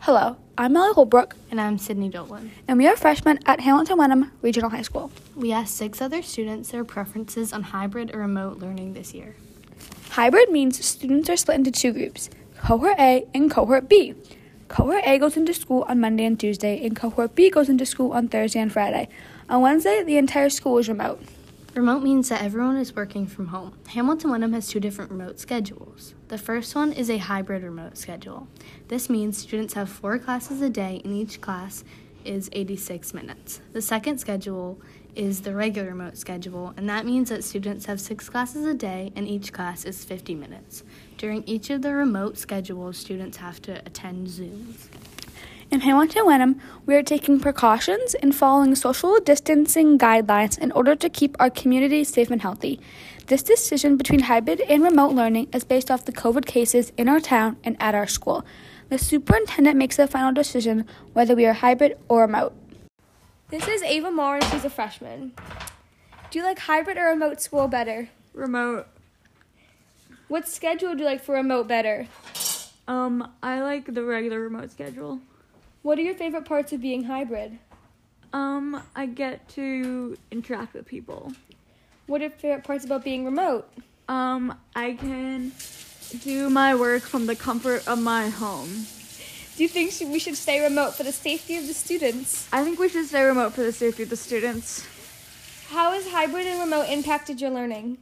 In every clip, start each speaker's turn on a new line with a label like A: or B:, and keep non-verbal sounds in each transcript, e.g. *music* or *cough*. A: Hello, I'm Millie Holbrook,
B: And I'm Sydney Dolan.
A: and we are freshmen at Hamilton Wenham Regional High School.
B: We asked six other students their preferences on hybrid or remote learning this year.
A: Hybrid means students are split into two groups, Cohort A and Cohort B. Cohort A goes into school on Monday and Tuesday, and Cohort B goes into school on Thursday and Friday. On Wednesday, the entire school is remote.
B: Remote means that everyone is working from home. Hamilton Wenham has two different remote schedules. The first one is a hybrid remote schedule. This means students have four classes a day and each class is 86 minutes. The second schedule is the regular remote schedule, and that means that students have six classes a day and each class is 50 minutes. During each of the remote schedules, students have to attend Zooms.
A: In Hamilton Wenham, we are taking precautions and following social distancing guidelines in order to keep our community safe and healthy. This decision between hybrid and remote learning is based off the COVID cases in our town and at our school. The superintendent makes the final decision whether we are hybrid or remote.
C: This is Ava Morris, who's a freshman.
A: Do you like hybrid or remote school better?
C: Remote.
A: What schedule do you like for remote better?
C: Um, I like the regular remote schedule.
A: What are your favorite parts of being hybrid?
C: Um, I get to interact with people.
A: What are your favorite parts about being remote?
C: Um, I can do my work from the comfort of my home.
A: Do you think we should stay remote for the safety of the students?
C: I think we should stay remote for the safety of the students.
A: How has hybrid and remote impacted your learning?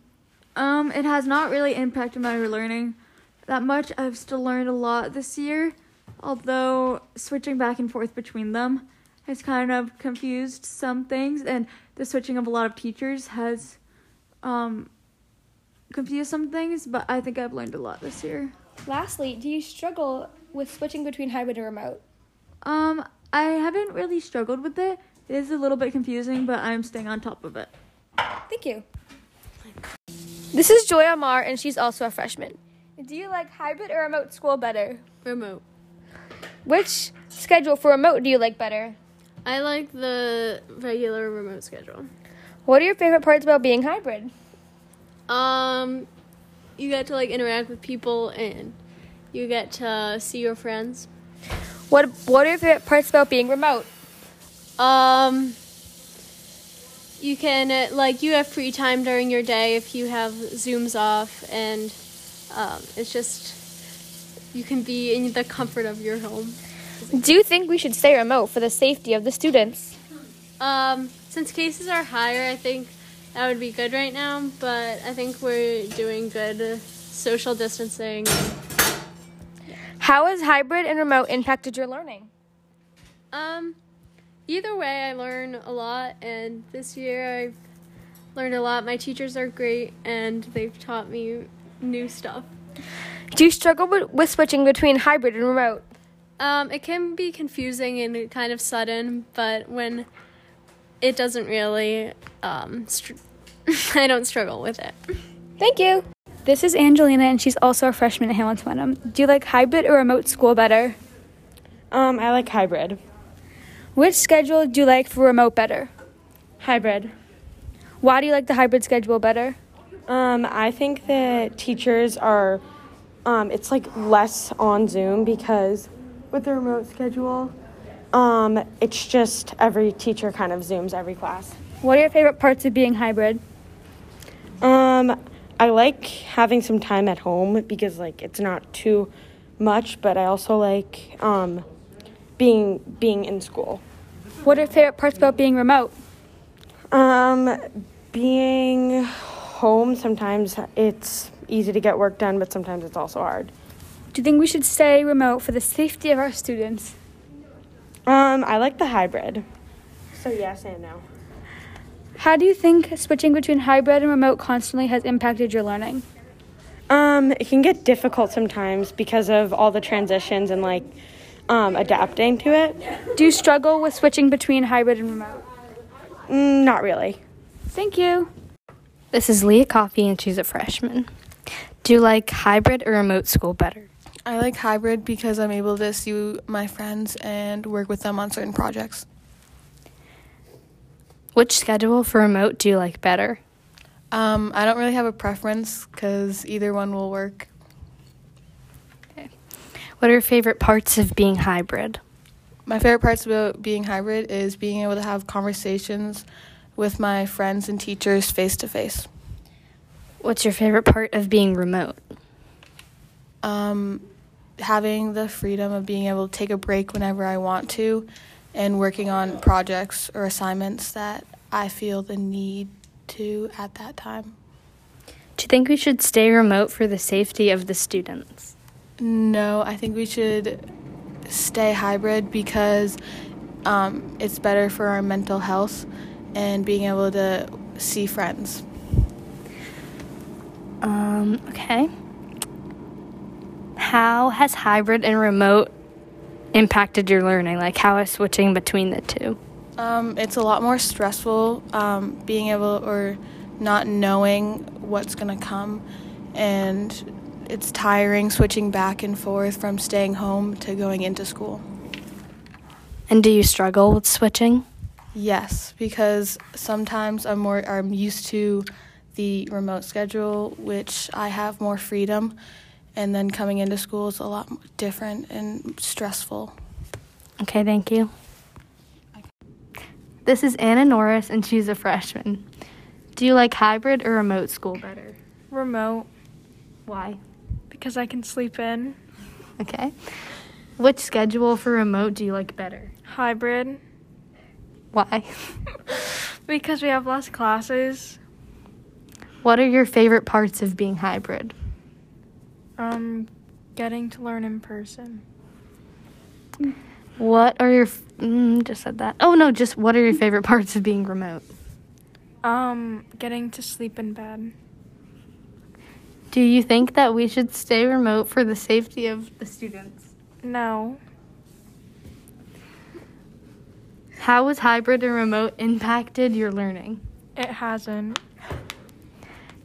C: Um, it has not really impacted my learning that much. I've still learned a lot this year, although switching back and forth between them has kind of confused some things, and the switching of a lot of teachers has um, confused some things, but I think I've learned a lot this year.
A: Lastly, do you struggle with switching between hybrid and remote?
C: Um, I haven't really struggled with it. It is a little bit confusing, but I'm staying on top of it.
A: Thank you.
D: This is Joya Mar, and she's also a freshman.
A: Do you like hybrid or remote school better?
E: Remote.
D: Which schedule for remote do you like better?
E: I like the regular remote schedule.
D: What are your favorite parts about being hybrid?
E: Um, you get to like interact with people and you get to see your friends.
D: What What are your favorite parts about being remote?
E: Um, you can uh, like you have free time during your day if you have zooms off, and um, it's just you can be in the comfort of your home.
D: Do you think we should stay remote for the safety of the students?
E: Um, since cases are higher, I think that would be good right now, but I think we're doing good uh, social distancing.
D: How has hybrid and remote impacted your learning?
E: Um, either way, I learn a lot, and this year I've learned a lot. My teachers are great, and they've taught me new stuff.
D: Do you struggle with, with switching between hybrid and remote?
E: Um, it can be confusing and kind of sudden, but when it doesn't really, um, str- *laughs* I don't struggle with it.
D: Thank you.
A: This is Angelina, and she's also a freshman at Hamilton Wenham. Do you like hybrid or remote school better?
F: Um, I like hybrid.
A: Which schedule do you like for remote better?
F: Hybrid.
A: Why do you like the hybrid schedule better?
F: Um, I think that teachers are, um, it's like less on Zoom because with the remote schedule, um, it's just every teacher kind of zooms every class.
A: What are your favorite parts of being hybrid?
F: Um, I like having some time at home because like it's not too much, but I also like um, being being in school.
A: What are your favorite parts about being remote?
F: Um, being home sometimes it's easy to get work done, but sometimes it's also hard.
A: Do you think we should stay remote for the safety of our students?
F: Um, I like the hybrid. So yes and no.
A: How do you think switching between hybrid and remote constantly has impacted your learning?
F: Um, it can get difficult sometimes because of all the transitions and like um, adapting to it.
A: Do you struggle with switching between hybrid and remote?
F: Mm, not really.
A: Thank you.
B: This is Leah Coffey, and she's a freshman. Do you like hybrid or remote school better?
G: I like hybrid because I'm able to see my friends and work with them on certain projects.
B: Which schedule for remote do you like better?
G: Um, I don't really have a preference because either one will work.
B: What are your favorite parts of being hybrid?
G: My favorite parts about being hybrid is being able to have conversations with my friends and teachers face to face.
B: What's your favorite part of being remote?
G: Um, having the freedom of being able to take a break whenever I want to and working on projects or assignments that I feel the need to at that time.
B: Do you think we should stay remote for the safety of the students?
G: No, I think we should stay hybrid because um, it's better for our mental health and being able to see friends.
B: Um, okay. How has hybrid and remote impacted your learning? Like, how is switching between the two?
G: Um, it's a lot more stressful um, being able or not knowing what's going to come. And it's tiring switching back and forth from staying home to going into school.
B: And do you struggle with switching?
G: Yes, because sometimes I'm more I'm used to the remote schedule, which I have more freedom, and then coming into school is a lot different and stressful.
B: Okay, thank you. This is Anna Norris, and she's a freshman. Do you like hybrid or remote school better?
H: Remote,
B: Why?
H: because I can sleep in.
B: Okay. Which schedule for remote do you like better?
H: Hybrid,
B: Why? *laughs*
H: because we have less classes.
B: What are your favorite parts of being hybrid?
H: Um, getting to learn in person.
B: What are your f- mm, just said that? Oh no, just what are your favorite parts of being remote?
H: Um, getting to sleep in bed.
B: Do you think that we should stay remote for the safety of the students?
H: No,
B: How has hybrid and remote impacted your learning?
H: it hasn't.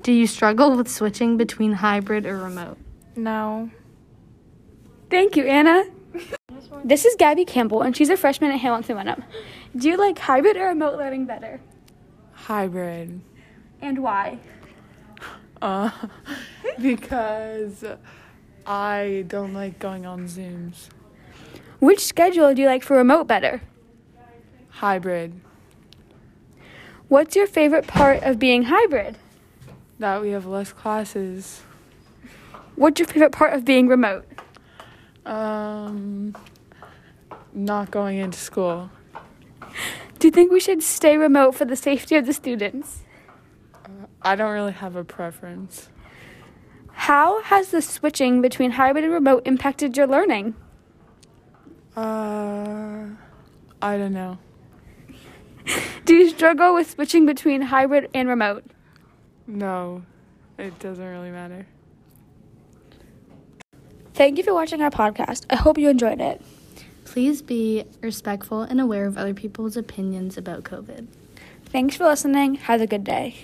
B: Do you struggle with switching between hybrid or remote?
H: No.
A: Thank you, Anna. This is Gabby Campbell, and she's a freshman at Hamilton Wenham. Do you like hybrid or remote learning better,
I: Hybrid.
A: and why?
I: Uh, *laughs* because I don't like going on Zooms.
A: Which schedule do you like for remote better?
I: Hybrid.
A: What's your favorite part of being hybrid?
I: That we have less classes.
A: What's your favorite part of being remote?
I: Um, not going into school.
A: Do you think we should stay remote for the safety of the students?
I: I don't really have a preference.
A: How has the switching between hybrid and remote impacted your learning?
I: Uh, I don't know.
A: Do you struggle with switching between hybrid and remote?
I: No, it doesn't really matter.
A: Thank you for watching our podcast. I hope you enjoyed it.
B: Please be respectful and aware of other people's opinions about COVID.
A: Thanks for listening. Have a good day.